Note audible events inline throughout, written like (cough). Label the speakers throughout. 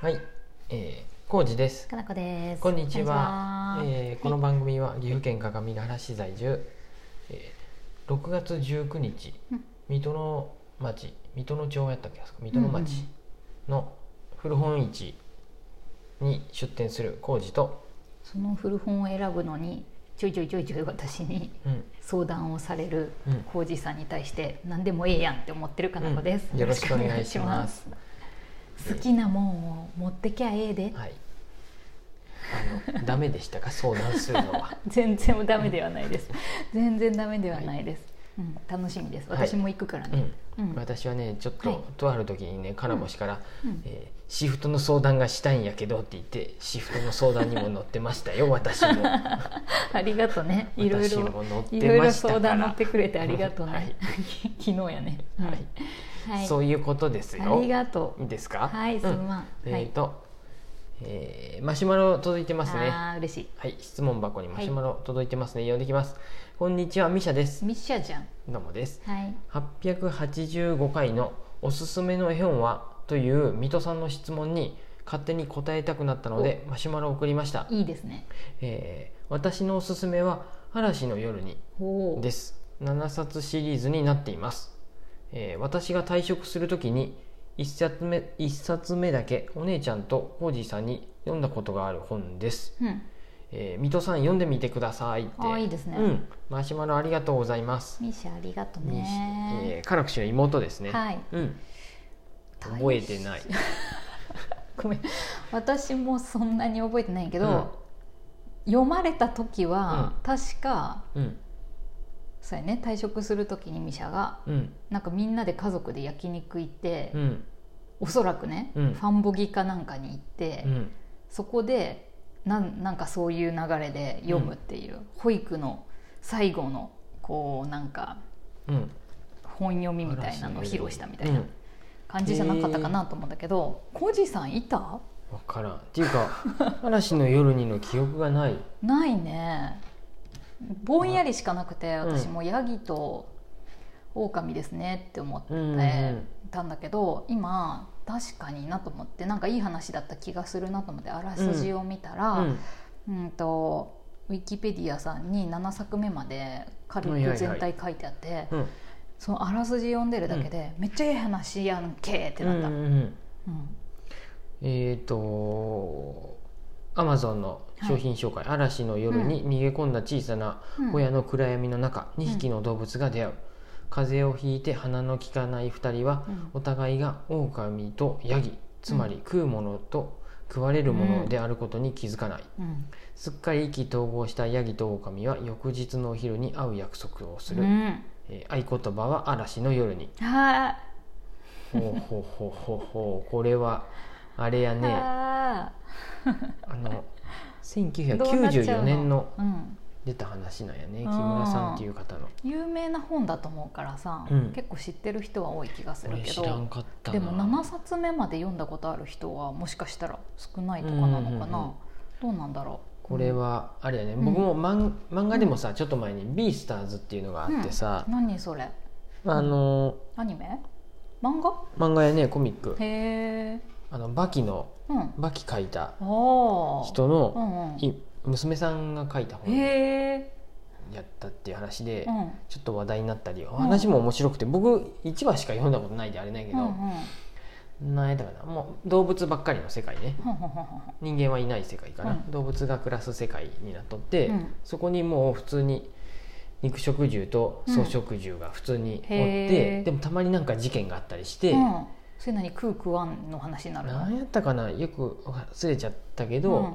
Speaker 1: はい、えー、康二です。
Speaker 2: かなこです。
Speaker 1: こんにちは。
Speaker 2: こんにちは
Speaker 1: えーこの番組は岐阜県各務原市在住、えー、6月19日、
Speaker 2: うん
Speaker 1: 水戸の町、水戸の町やったっけあそこ水戸の町の古本市に出店する康二と、
Speaker 2: その古本を選ぶのにちょいちょいちょいちょい私に
Speaker 1: うん、
Speaker 2: 相談をされる
Speaker 1: うん
Speaker 2: 浩二さんに対して何でもええやんって思ってるかなこです、
Speaker 1: うんよろしくお願いします
Speaker 2: よろしくお願いします。好きなもんを持ってきゃええで、
Speaker 1: はい。あのダメでしたか相談するのは。
Speaker 2: 全然ダメではないです。全然ダメではないです。うん、楽しみです。
Speaker 1: はい
Speaker 2: 私も行くから
Speaker 1: う
Speaker 2: ね。
Speaker 1: ん。
Speaker 2: うん
Speaker 1: 私はねちょっ
Speaker 2: はい
Speaker 1: ととある時にね金星から、
Speaker 2: うん
Speaker 1: えーシフトの相談がしたいんやけど」って言ってシフトの相談にも乗ってましたよ私
Speaker 2: (laughs)
Speaker 1: も
Speaker 2: ありがとうね。いろい
Speaker 1: 私
Speaker 2: ろ
Speaker 1: も乗っ
Speaker 2: い
Speaker 1: て
Speaker 2: ろい
Speaker 1: ま
Speaker 2: ろ
Speaker 1: したか
Speaker 2: 相
Speaker 1: ら
Speaker 2: 談乗ってくれてありがとうね。
Speaker 1: はい
Speaker 2: (laughs) 昨日やね。うん
Speaker 1: はい
Speaker 2: はい
Speaker 1: そういうことですよ
Speaker 2: ありがと
Speaker 1: いいですか
Speaker 2: はいすまん
Speaker 1: うん
Speaker 2: はい
Speaker 1: えっ、と、えーマシュマロ届いて
Speaker 2: う。
Speaker 1: ますね
Speaker 2: ああ嬉し
Speaker 1: はい質問箱にマシュマロ届いてますね、読んできますこんにちはミシャで
Speaker 2: い。
Speaker 1: す
Speaker 2: ミッシャじゃん。
Speaker 1: どうもです
Speaker 2: はい。
Speaker 1: 885回の「おすすめの絵本は?」という水戸さんの質問に勝手に答えたくなったのでマシュマロを送りました、
Speaker 2: いいですね。
Speaker 1: えー私のおすすめは「嵐の夜に
Speaker 2: お」お。
Speaker 1: です7冊シリーズになっています、えー私が退職する時に1冊目一冊目だけお姉ちゃんとコージーさんに読んだことがある本です、
Speaker 2: うん。
Speaker 1: えー水戸さん読んでみてくださいって
Speaker 2: ああいいですね
Speaker 1: うん、マシュマロありがとうございます、
Speaker 2: ミッシャありがとう
Speaker 1: に
Speaker 2: ね。
Speaker 1: えー、カラクシの妹ですね、
Speaker 2: はい。
Speaker 1: うん、覚えてない
Speaker 2: (laughs) ごめん。私もそんなに覚えてないけ
Speaker 1: け
Speaker 2: ど、読まれた時は、確か
Speaker 1: うん
Speaker 2: そうやね退職する時にミシャが
Speaker 1: うん
Speaker 2: なんかみんなで家族で焼肉行って、
Speaker 1: うん
Speaker 2: おそらくね、
Speaker 1: うん
Speaker 2: ファンボギかなんかに行って、
Speaker 1: うん
Speaker 2: そこでなんなんかそういう流れで読むっていう、保育の最後のこうなんか
Speaker 1: うん
Speaker 2: 本読みみたいなのを披露したみたい
Speaker 1: うん
Speaker 2: な感じじゃなかったかなと思うんだけど、コジさんいた
Speaker 1: 分からんっていうか
Speaker 2: (laughs)
Speaker 1: 嵐の夜にの記憶がない
Speaker 2: ないねぼんやりしかなくて
Speaker 1: うん
Speaker 2: 私もヤギと狼ですねって思って
Speaker 1: うんうんうん
Speaker 2: たんだけど、今確かになと思ってなんかいい話だった気がするなと思ってあらすじを見たら、
Speaker 1: うん
Speaker 2: うんとウィキペディアさんに7作目まで軽
Speaker 1: はいはいは
Speaker 2: く
Speaker 1: い
Speaker 2: 全体書いてあって、
Speaker 1: うん
Speaker 2: そのあらすじ読んでるだけで、めっちゃいい話やんけってなった、
Speaker 1: う
Speaker 2: うんん
Speaker 1: うんうんえっ、とアマゾンの商品紹介、嵐の夜に逃げ込んだ小さな
Speaker 2: うん
Speaker 1: 小屋の暗闇の中、2匹の動物が出会う風邪をひいて鼻の利かない2人は
Speaker 2: うん
Speaker 1: お互いが狼とヤギつまり食うものと食われるものであることに気づかない、
Speaker 2: うん
Speaker 1: すっかり意気投合したヤギとオオカミは翌日のお昼に会う約束をする、
Speaker 2: うん
Speaker 1: えー合言葉は「嵐の夜に」
Speaker 2: は
Speaker 1: ほうほうほうほうほうこれはあれや
Speaker 2: ー
Speaker 1: ね
Speaker 2: は
Speaker 1: あの
Speaker 2: ーどうなっちゃう
Speaker 1: 1994年の
Speaker 2: うん
Speaker 1: 出た話なんやね木
Speaker 2: うん
Speaker 1: 村さんっていう方の
Speaker 2: 有名な本だと思うからさ、
Speaker 1: うん
Speaker 2: 結構知ってる人は多い気がする
Speaker 1: 俺
Speaker 2: け
Speaker 1: 知らん
Speaker 2: ど
Speaker 1: かったな
Speaker 2: でも7冊目まで読んだことある人はもしかしたら少ないとかなのかな、
Speaker 1: うんうんうん
Speaker 2: どうなんだろう
Speaker 1: これはあれやね
Speaker 2: ん
Speaker 1: 僕も漫漫画でもさちょっと前に「ビースターズ」っていうのがあってさ
Speaker 2: 何それ
Speaker 1: あの
Speaker 2: アニメ漫画
Speaker 1: 漫画やねコミック
Speaker 2: へえ
Speaker 1: あのバキの
Speaker 2: うん
Speaker 1: バキ書いた
Speaker 2: ああ
Speaker 1: 人の
Speaker 2: うんうん
Speaker 1: い娘さんが書いた本
Speaker 2: へえ
Speaker 1: やったっていう話で
Speaker 2: うんうん
Speaker 1: ちょっと話題になったりお話も面白くて僕1話しか読んだことないであれないけ
Speaker 2: うんう
Speaker 1: ど
Speaker 2: ん
Speaker 1: なんやったかなもう動物ばっかりの世界ね
Speaker 2: ほんほんほんほん
Speaker 1: 人間はいない世界かな、
Speaker 2: うん
Speaker 1: 動物が暮らす世界になっとって、
Speaker 2: うん
Speaker 1: そこにもう普通に肉食獣と草食獣が普通におって、
Speaker 2: へー
Speaker 1: でもたまになんか事件があったりして、
Speaker 2: うんそれ何食う食わんの話になるの
Speaker 1: なんやったかなよく忘れちゃったけど、
Speaker 2: うん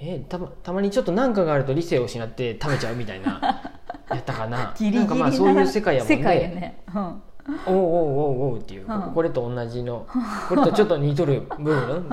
Speaker 1: えーたまたまにちょっと何かがあると理性を失って食べちゃうみたいなやったかな
Speaker 2: (laughs) ギリギ
Speaker 1: な
Speaker 2: リ
Speaker 1: んかまあそういう世界やもんね
Speaker 2: 世界やねうん
Speaker 1: おうおうおうおうっていう、
Speaker 2: うん
Speaker 1: これと同じのこれとちょっと似とる部分
Speaker 2: うんうんうん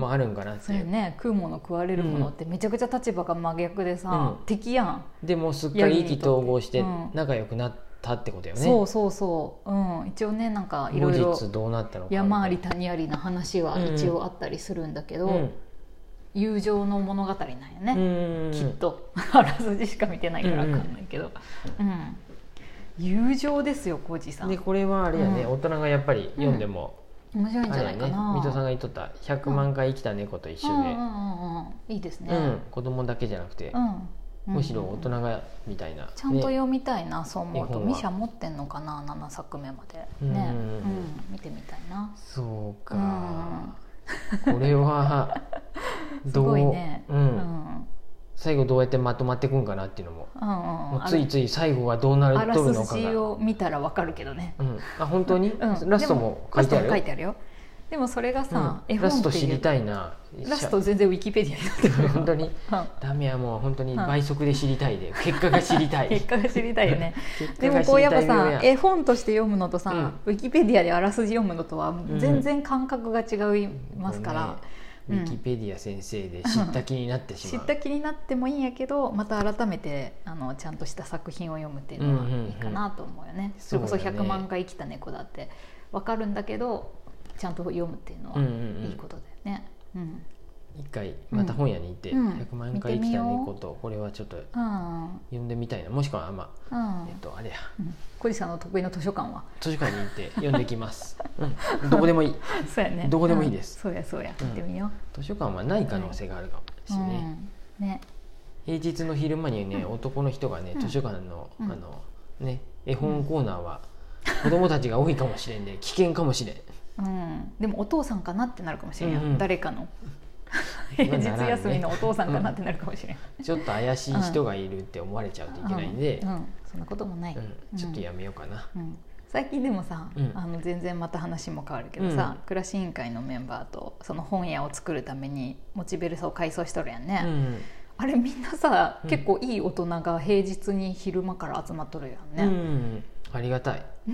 Speaker 1: もあるんかなって
Speaker 2: そ
Speaker 1: いう
Speaker 2: れ。ね食うもの食われるものってめちゃくちゃ立場が真逆でさ、
Speaker 1: うん
Speaker 2: 敵やん、
Speaker 1: でもうすっかり意気投合して
Speaker 2: ヤギにとってうん
Speaker 1: 仲良くなったってことよね。
Speaker 2: そうそうそう、うん、一応ねなんかいろ
Speaker 1: 後
Speaker 2: いろ
Speaker 1: 日どうなったのか
Speaker 2: 山あり谷ありな話は一応あったりするんだけど、友情の物語なんやね、きっと (laughs) あらすじしか見てないから分かんないけど、うん友情ですよ浩二さ
Speaker 1: で
Speaker 2: ん
Speaker 1: これはあれやね、
Speaker 2: うん
Speaker 1: 大人がやっぱり読んでも
Speaker 2: 面白いん
Speaker 1: あ
Speaker 2: じゃ
Speaker 1: れ
Speaker 2: な
Speaker 1: やね
Speaker 2: いかな。
Speaker 1: 水戸さんが言っとった100万回生きた猫と一緒
Speaker 2: うんう
Speaker 1: で、
Speaker 2: んうんうんいいですね。
Speaker 1: うん子供だけじゃなくて、
Speaker 2: うんうん
Speaker 1: むしろ大人がみたいな、
Speaker 2: ちゃんと
Speaker 1: ね
Speaker 2: 読みたいな、そう思う
Speaker 1: 絵
Speaker 2: と
Speaker 1: 本は
Speaker 2: ミシャ持ってんのかな7作目までね、
Speaker 1: うんうんうん
Speaker 2: うん見てみたいな
Speaker 1: そうか、これは
Speaker 2: (laughs) す
Speaker 1: どう
Speaker 2: ごいね
Speaker 1: う
Speaker 2: うんん
Speaker 1: 最後どうやってまとまっていくんかなっていうのも,、
Speaker 2: うんうん
Speaker 1: もうついつい最後はどうな
Speaker 2: あら
Speaker 1: るとるの
Speaker 2: す
Speaker 1: か
Speaker 2: じ
Speaker 1: が、
Speaker 2: を見たらわかるけどね、
Speaker 1: うん、あ本当に、
Speaker 2: うん
Speaker 1: ラストも書いてある
Speaker 2: でもラストも
Speaker 1: よ
Speaker 2: 書いてあるよでもそれがさ、
Speaker 1: うん、
Speaker 2: 絵
Speaker 1: ラ
Speaker 2: 本
Speaker 1: スト
Speaker 2: って
Speaker 1: 知
Speaker 2: い
Speaker 1: り
Speaker 2: う
Speaker 1: たいな
Speaker 2: ラスト全然ウィキペディアになってく
Speaker 1: (laughs)
Speaker 2: る
Speaker 1: 本当に
Speaker 2: うん
Speaker 1: ダメやもう本当に
Speaker 2: うん
Speaker 1: 倍速で知りたいで結果が知りたい
Speaker 2: (laughs) 結果が知りたい
Speaker 1: (laughs)
Speaker 2: よね
Speaker 1: 結果
Speaker 2: で
Speaker 1: が
Speaker 2: も
Speaker 1: 知
Speaker 2: こう
Speaker 1: り
Speaker 2: やったぱ
Speaker 1: いよ
Speaker 2: さ絵本として読むのとさ、ウィキペディアであらすじ読むのとは全然感覚が違いますから、
Speaker 1: もうね
Speaker 2: うん
Speaker 1: ウィキペディア先生で知った気になってし
Speaker 2: 知
Speaker 1: ま
Speaker 2: っ
Speaker 1: う
Speaker 2: た気になってもいいんやけどまた改めてあのちゃんとした作品を読むっていうのはいいかなと思うよね、それこそ
Speaker 1: そうだね
Speaker 2: 100万回生きた猫だってわかるんだけどちゃんと読むっていうのは
Speaker 1: うんうんうん
Speaker 2: いいことだよね。うん
Speaker 1: 一回また本屋に行って、
Speaker 2: うん
Speaker 1: 100万回生きた猫とこれはちょっと
Speaker 2: うんうん
Speaker 1: 読んでみたいなもしくはあまあ
Speaker 2: うん
Speaker 1: えっとあれや
Speaker 2: 小路さんの得意の図
Speaker 1: (laughs)
Speaker 2: 書館は
Speaker 1: 図書館に行って読んできます、うん、どこでもいい
Speaker 2: そうやね
Speaker 1: どこでもいいです
Speaker 2: うんそうやそうや
Speaker 1: うん
Speaker 2: 行ってみよ
Speaker 1: 図書館はない可能性があるかもし
Speaker 2: う、
Speaker 1: れ
Speaker 2: うん
Speaker 1: ない、
Speaker 2: ね
Speaker 1: 平日の昼間にね、男の人がね
Speaker 2: うん
Speaker 1: 図書館の、
Speaker 2: うん
Speaker 1: あのね絵本コーナーは子供たちが多いかもしれんで、危険かもしれん
Speaker 2: うん、でもお父さんかなってなるかもしれんやん、
Speaker 1: うんうん
Speaker 2: 誰かの
Speaker 1: 今
Speaker 2: (laughs) 平
Speaker 1: な
Speaker 2: 日
Speaker 1: らんね
Speaker 2: 休みのお父さんかなってなるかもしれん、
Speaker 1: ちょっと怪しい人がいるって思われちゃうといけないんで、
Speaker 2: うんうんそんなこともない、
Speaker 1: うんちょっとやめようかな、
Speaker 2: うん最近でもさ、
Speaker 1: うん
Speaker 2: あの全然また話も変わるけどさ、
Speaker 1: う
Speaker 2: 暮らし委員会のメンバーとその本屋を作るためにモチベルソを改装しとるやんね、
Speaker 1: うん
Speaker 2: あれみんなさ、
Speaker 1: うん
Speaker 2: 結構いい大人が平日に昼間から集まっとる
Speaker 1: う
Speaker 2: やんね、
Speaker 1: ん、ありがたい、
Speaker 2: (laughs)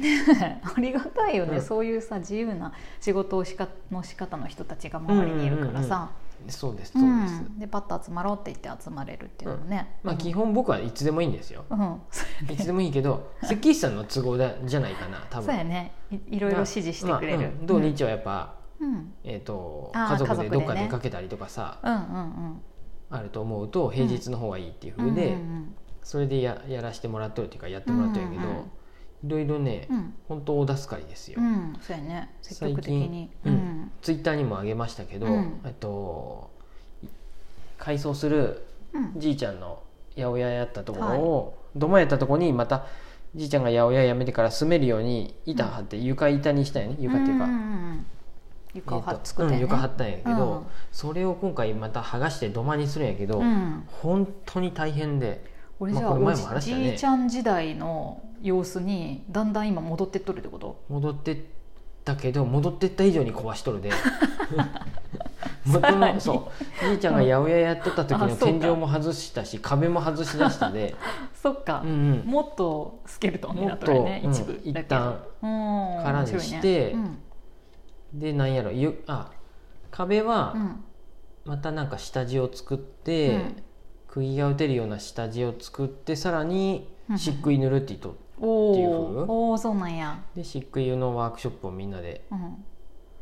Speaker 2: ありがたいよね、
Speaker 1: うん
Speaker 2: そういうさ自由な仕事をしかの仕方の人たちが周りにいるからさ、
Speaker 1: そうですそ
Speaker 2: うん
Speaker 1: うです、
Speaker 2: でパッと集まろうって言って集まれるっていうのもね、
Speaker 1: まあ基本僕はいつでもいいんですよ、
Speaker 2: うん、そう
Speaker 1: い
Speaker 2: や
Speaker 1: つ
Speaker 2: ね
Speaker 1: でもいいけど設計士さんの都合だじゃないかな多分
Speaker 2: そうやねいいろいろ指示してくれる、
Speaker 1: まあうん土日はやっぱ、
Speaker 2: うんうん
Speaker 1: えー、と
Speaker 2: あ
Speaker 1: 家
Speaker 2: ー
Speaker 1: 族でどっ
Speaker 2: 家族
Speaker 1: か
Speaker 2: でね
Speaker 1: 出かけたりとかさ
Speaker 2: うんうん
Speaker 1: あると思うと平日の方がいいっていう
Speaker 2: う
Speaker 1: ふ
Speaker 2: ん
Speaker 1: うで、
Speaker 2: うんうんうん
Speaker 1: それでややらしてもらっとるっていうかやってもらっとるんやけど、
Speaker 2: うんうんうん
Speaker 1: いろいろね、
Speaker 2: うん
Speaker 1: 本当大助かりですよ、
Speaker 2: うん、そうやね積極的に、
Speaker 1: 最近うんツイッターにもあげましたけど、
Speaker 2: うん
Speaker 1: えっとい改装する
Speaker 2: うんうん
Speaker 1: じいちゃんの八百屋やったところを、土間やったところにまたじいちゃんが八百屋やめてから住めるように板張って床板にしたんやね床っていうか、
Speaker 2: んんん床を
Speaker 1: え
Speaker 2: は
Speaker 1: ーと
Speaker 2: 作って、
Speaker 1: うん
Speaker 2: ね
Speaker 1: 床張ったんやけど、
Speaker 2: うん
Speaker 1: それを今回また剥がして土間にするんやけど、
Speaker 2: うん
Speaker 1: 本当に大変で
Speaker 2: 俺じゃ
Speaker 1: ま
Speaker 2: あ、
Speaker 1: あこれ前も話したね
Speaker 2: おじいちゃん時代の様子にだんだん今戻ってっとるってこと
Speaker 1: 戻ってったけど戻ってった以上に壊しと
Speaker 2: (laughs)
Speaker 1: るで
Speaker 2: さ
Speaker 1: 元
Speaker 2: ら
Speaker 1: の
Speaker 2: に
Speaker 1: そうじいちゃんが八百屋やっとった時
Speaker 2: あ
Speaker 1: の
Speaker 2: そう
Speaker 1: 天
Speaker 2: か
Speaker 1: 井も外したし壁も外しだしたで
Speaker 2: そっか
Speaker 1: うん、うん
Speaker 2: もっとスケルトンに
Speaker 1: も
Speaker 2: なっ
Speaker 1: っ
Speaker 2: とる
Speaker 1: と、
Speaker 2: よね
Speaker 1: うん
Speaker 2: 一部だ
Speaker 1: 一
Speaker 2: け、
Speaker 1: 旦
Speaker 2: うん
Speaker 1: からにして
Speaker 2: 面白いねうん
Speaker 1: でなんやろゆあ壁
Speaker 2: う
Speaker 1: は
Speaker 2: ん
Speaker 1: またなんか下地を作って、
Speaker 2: うん
Speaker 1: 釘が打てるような下地を作ってさらに
Speaker 2: うん
Speaker 1: 漆喰塗るって言っと
Speaker 2: お
Speaker 1: っていう風
Speaker 2: ーおーそうなんや、
Speaker 1: で漆喰のワークショップをみんなで
Speaker 2: うん、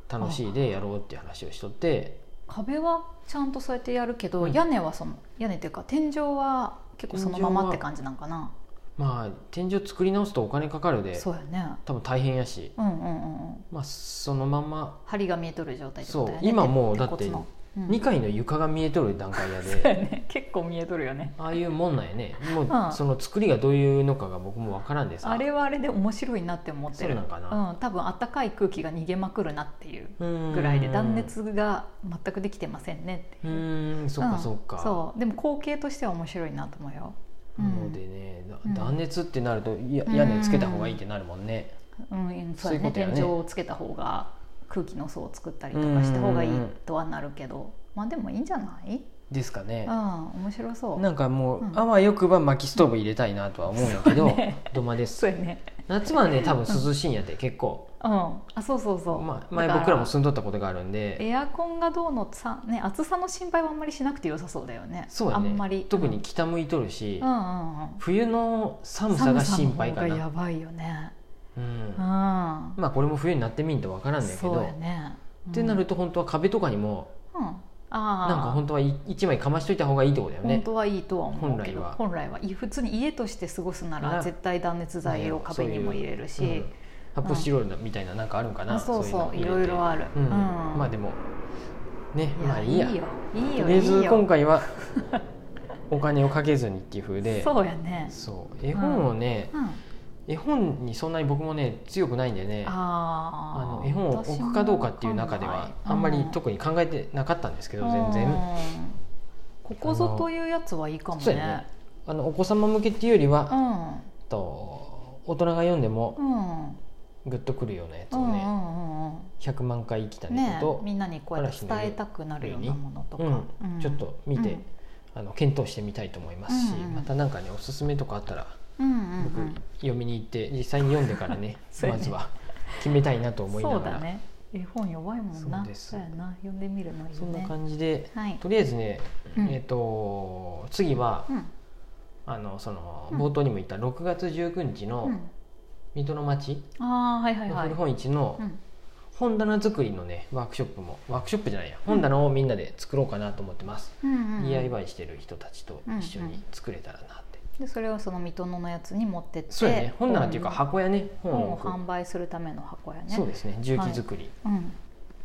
Speaker 1: 楽しいでやろうっていう話をしとって
Speaker 2: 壁はちゃんとそうやってやるけど、
Speaker 1: うん
Speaker 2: 屋根はその屋根っていうか天井は結構そのままって感じなんかな
Speaker 1: まあ天井作り直すとお金かかるで
Speaker 2: そうやね
Speaker 1: 多分大変やし、
Speaker 2: うんうんうんうん
Speaker 1: まあ、そのまま
Speaker 2: 針が見えとる状態ってことだよね
Speaker 1: そう今もう
Speaker 2: 鉄
Speaker 1: だって
Speaker 2: 鉄骨のうん
Speaker 1: 2階の床が見えとる段階や
Speaker 2: (laughs) そう
Speaker 1: で
Speaker 2: やね結構見えとるよね
Speaker 1: ああいうもんなんやねも
Speaker 2: うん
Speaker 1: うその作りがどういうのかが僕も分からんでさ
Speaker 2: あれはあれで面白いなって思って
Speaker 1: そう
Speaker 2: る
Speaker 1: なんかな
Speaker 2: うん、多分あったかい空気が逃げまくるなっていうぐ
Speaker 1: ぐ
Speaker 2: らいで断熱が全くできてませんねって
Speaker 1: う
Speaker 2: いう、
Speaker 1: ーんそっか
Speaker 2: ん
Speaker 1: そっか、
Speaker 2: そうでも光景としては面白いなと思うよ、うん
Speaker 1: なのでね、だ
Speaker 2: うん
Speaker 1: 断熱ってなるといや
Speaker 2: うん
Speaker 1: 屋根つけた方がいいってなるもんね、
Speaker 2: うん、そ
Speaker 1: そ
Speaker 2: うや
Speaker 1: ういうこ
Speaker 2: ね
Speaker 1: とやね
Speaker 2: 天井をつけた方が空気の層を作ったりとかした方がいいとはなるけどまあでもいいんじゃない
Speaker 1: ですかね
Speaker 2: うん、面白そう
Speaker 1: なんかもう、
Speaker 2: うん
Speaker 1: あわよくば薪ストーブ入れたいなとは思うんやけど、
Speaker 2: そうね
Speaker 1: 土間です
Speaker 2: そうやね
Speaker 1: 夏はね多分涼しいんやで結構、
Speaker 2: うんあそうそうそう、
Speaker 1: まあ、前
Speaker 2: だから
Speaker 1: 僕らも住んどったことがあるんで
Speaker 2: エアコンがどうのさ、ね、暑さの心配はあんまりしなくて良さそうだよね
Speaker 1: そうや
Speaker 2: あんま
Speaker 1: ね
Speaker 2: り
Speaker 1: 特に北向いとるし、
Speaker 2: うんうんうん
Speaker 1: 冬の寒
Speaker 2: 寒
Speaker 1: さ
Speaker 2: さ
Speaker 1: が
Speaker 2: が
Speaker 1: 心
Speaker 2: 心
Speaker 1: 配
Speaker 2: 配
Speaker 1: か
Speaker 2: か
Speaker 1: な
Speaker 2: やばいよね
Speaker 1: うん
Speaker 2: うんま
Speaker 1: まあこれも冬になってみんとわからんだけど、
Speaker 2: そうやね
Speaker 1: ってなる
Speaker 2: と
Speaker 1: と本当は壁とかにも
Speaker 2: うんああ
Speaker 1: なんか本当は1枚かましといた方がいいってことだよ
Speaker 2: 本
Speaker 1: ね
Speaker 2: 当はいいとは思うけど
Speaker 1: 本来は
Speaker 2: 本来はい普通に家として過ごすな
Speaker 1: な
Speaker 2: ら絶対断熱材を壁にも入れるし、
Speaker 1: うん発泡スチロールみたいななんかあるんかな、
Speaker 2: あそうそう
Speaker 1: い
Speaker 2: い
Speaker 1: の
Speaker 2: ろ
Speaker 1: 入れ
Speaker 2: い
Speaker 1: て
Speaker 2: ろある、
Speaker 1: うんまあでもねまあいいや
Speaker 2: いいよいい
Speaker 1: と
Speaker 2: よ
Speaker 1: りあえず
Speaker 2: いいよ
Speaker 1: 今
Speaker 2: (laughs)
Speaker 1: 回はお金をかけずにっていう風で
Speaker 2: そうやね、
Speaker 1: そう絵本をね、
Speaker 2: うん、
Speaker 1: 絵本にそんなに僕もね強くないんでねあの
Speaker 2: あー
Speaker 1: 絵本を置くかどうかっていう中ではあんまり
Speaker 2: 特
Speaker 1: 特に考えてなかったんですけど全然
Speaker 2: うんここぞというやつはいいかも
Speaker 1: そう
Speaker 2: ね
Speaker 1: やねあのお子様向けっていうよりは、
Speaker 2: うんうん
Speaker 1: と大人が読んでも
Speaker 2: うん
Speaker 1: グッとくるようなやつ
Speaker 2: う
Speaker 1: を
Speaker 2: んう
Speaker 1: ね、
Speaker 2: んうん
Speaker 1: 100万回生きた
Speaker 2: ね
Speaker 1: 猫と、
Speaker 2: みんなにこうやって伝えたくなるようなものとか、
Speaker 1: うん
Speaker 2: うん
Speaker 1: ちょっと見て、
Speaker 2: うん
Speaker 1: あの検討してみたいと思いますし、
Speaker 2: うんうん
Speaker 1: また何かねおすすめとかあったら
Speaker 2: うんうん
Speaker 1: 僕
Speaker 2: うん
Speaker 1: 読みに行って実際に読んでからね
Speaker 2: (laughs) そうや
Speaker 1: ま
Speaker 2: ね
Speaker 1: ずは決めたいなと思いなが
Speaker 2: そ
Speaker 1: ら
Speaker 2: うだね絵本弱いもんな
Speaker 1: そうです
Speaker 2: やな読んでみるのいいね
Speaker 1: そんな感じで、
Speaker 2: はい
Speaker 1: とりあえずね、
Speaker 2: うん
Speaker 1: えっ、と次は、
Speaker 2: うん
Speaker 1: あのその
Speaker 2: うん
Speaker 1: 冒頭にも言った6月19日の
Speaker 2: うん
Speaker 1: 水戸の町
Speaker 2: ああはいはい
Speaker 1: の
Speaker 2: はい
Speaker 1: 古本市の
Speaker 2: うん
Speaker 1: 本棚作りのねワークショップもワークショップじゃないや本棚をみんなで作ろうかなと思ってます、
Speaker 2: うんうん
Speaker 1: DIY してる人たちと一緒に作れたらなって、
Speaker 2: でそれをその水戸のやつに持ってって
Speaker 1: そうやね本棚っていうか箱やね
Speaker 2: 本
Speaker 1: 本を
Speaker 2: を
Speaker 1: 置く
Speaker 2: 販売するための箱やね
Speaker 1: そうですね重機作り、
Speaker 2: うん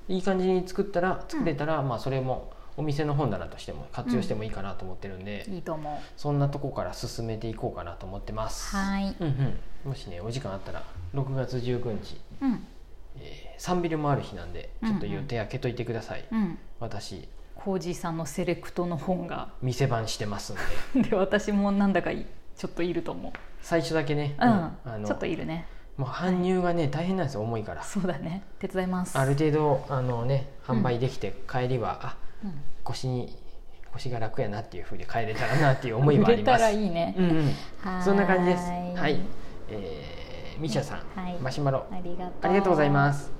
Speaker 1: い、い感じに作ったら作れたら、まあそれもお店の本棚としても活用してもいいかなと思ってるんで、
Speaker 2: いいと思
Speaker 1: そんなとこから進めていこうかなと思ってます、
Speaker 2: うはい
Speaker 1: うんうん、もしねお時間あったら6月19日、
Speaker 2: うん
Speaker 1: えー、3ビルもある日なんでちょっと予定開けといてください、
Speaker 2: うん
Speaker 1: 私
Speaker 2: 浩二さんのセレクトの本が (laughs)
Speaker 1: 店番してますんで
Speaker 2: で私もなんだかいちょっといると思う
Speaker 1: 最初だけね、
Speaker 2: うん、
Speaker 1: あの
Speaker 2: ちょっといるね
Speaker 1: もう搬入がね大変なんですよ重いから
Speaker 2: そうだね手伝います
Speaker 1: ある程度あのね販売できて帰りは、あ
Speaker 2: うん
Speaker 1: 腰に腰が楽やなっていうふうに帰れたらなっていう思いはありま
Speaker 2: (laughs) 売れ
Speaker 1: す
Speaker 2: たらいいね
Speaker 1: うんうん
Speaker 2: (laughs) はーい
Speaker 1: そんな感じですはい、えー、ミシャさん、
Speaker 2: はい
Speaker 1: マシュマロ
Speaker 2: ありがとう
Speaker 1: ありがとうございます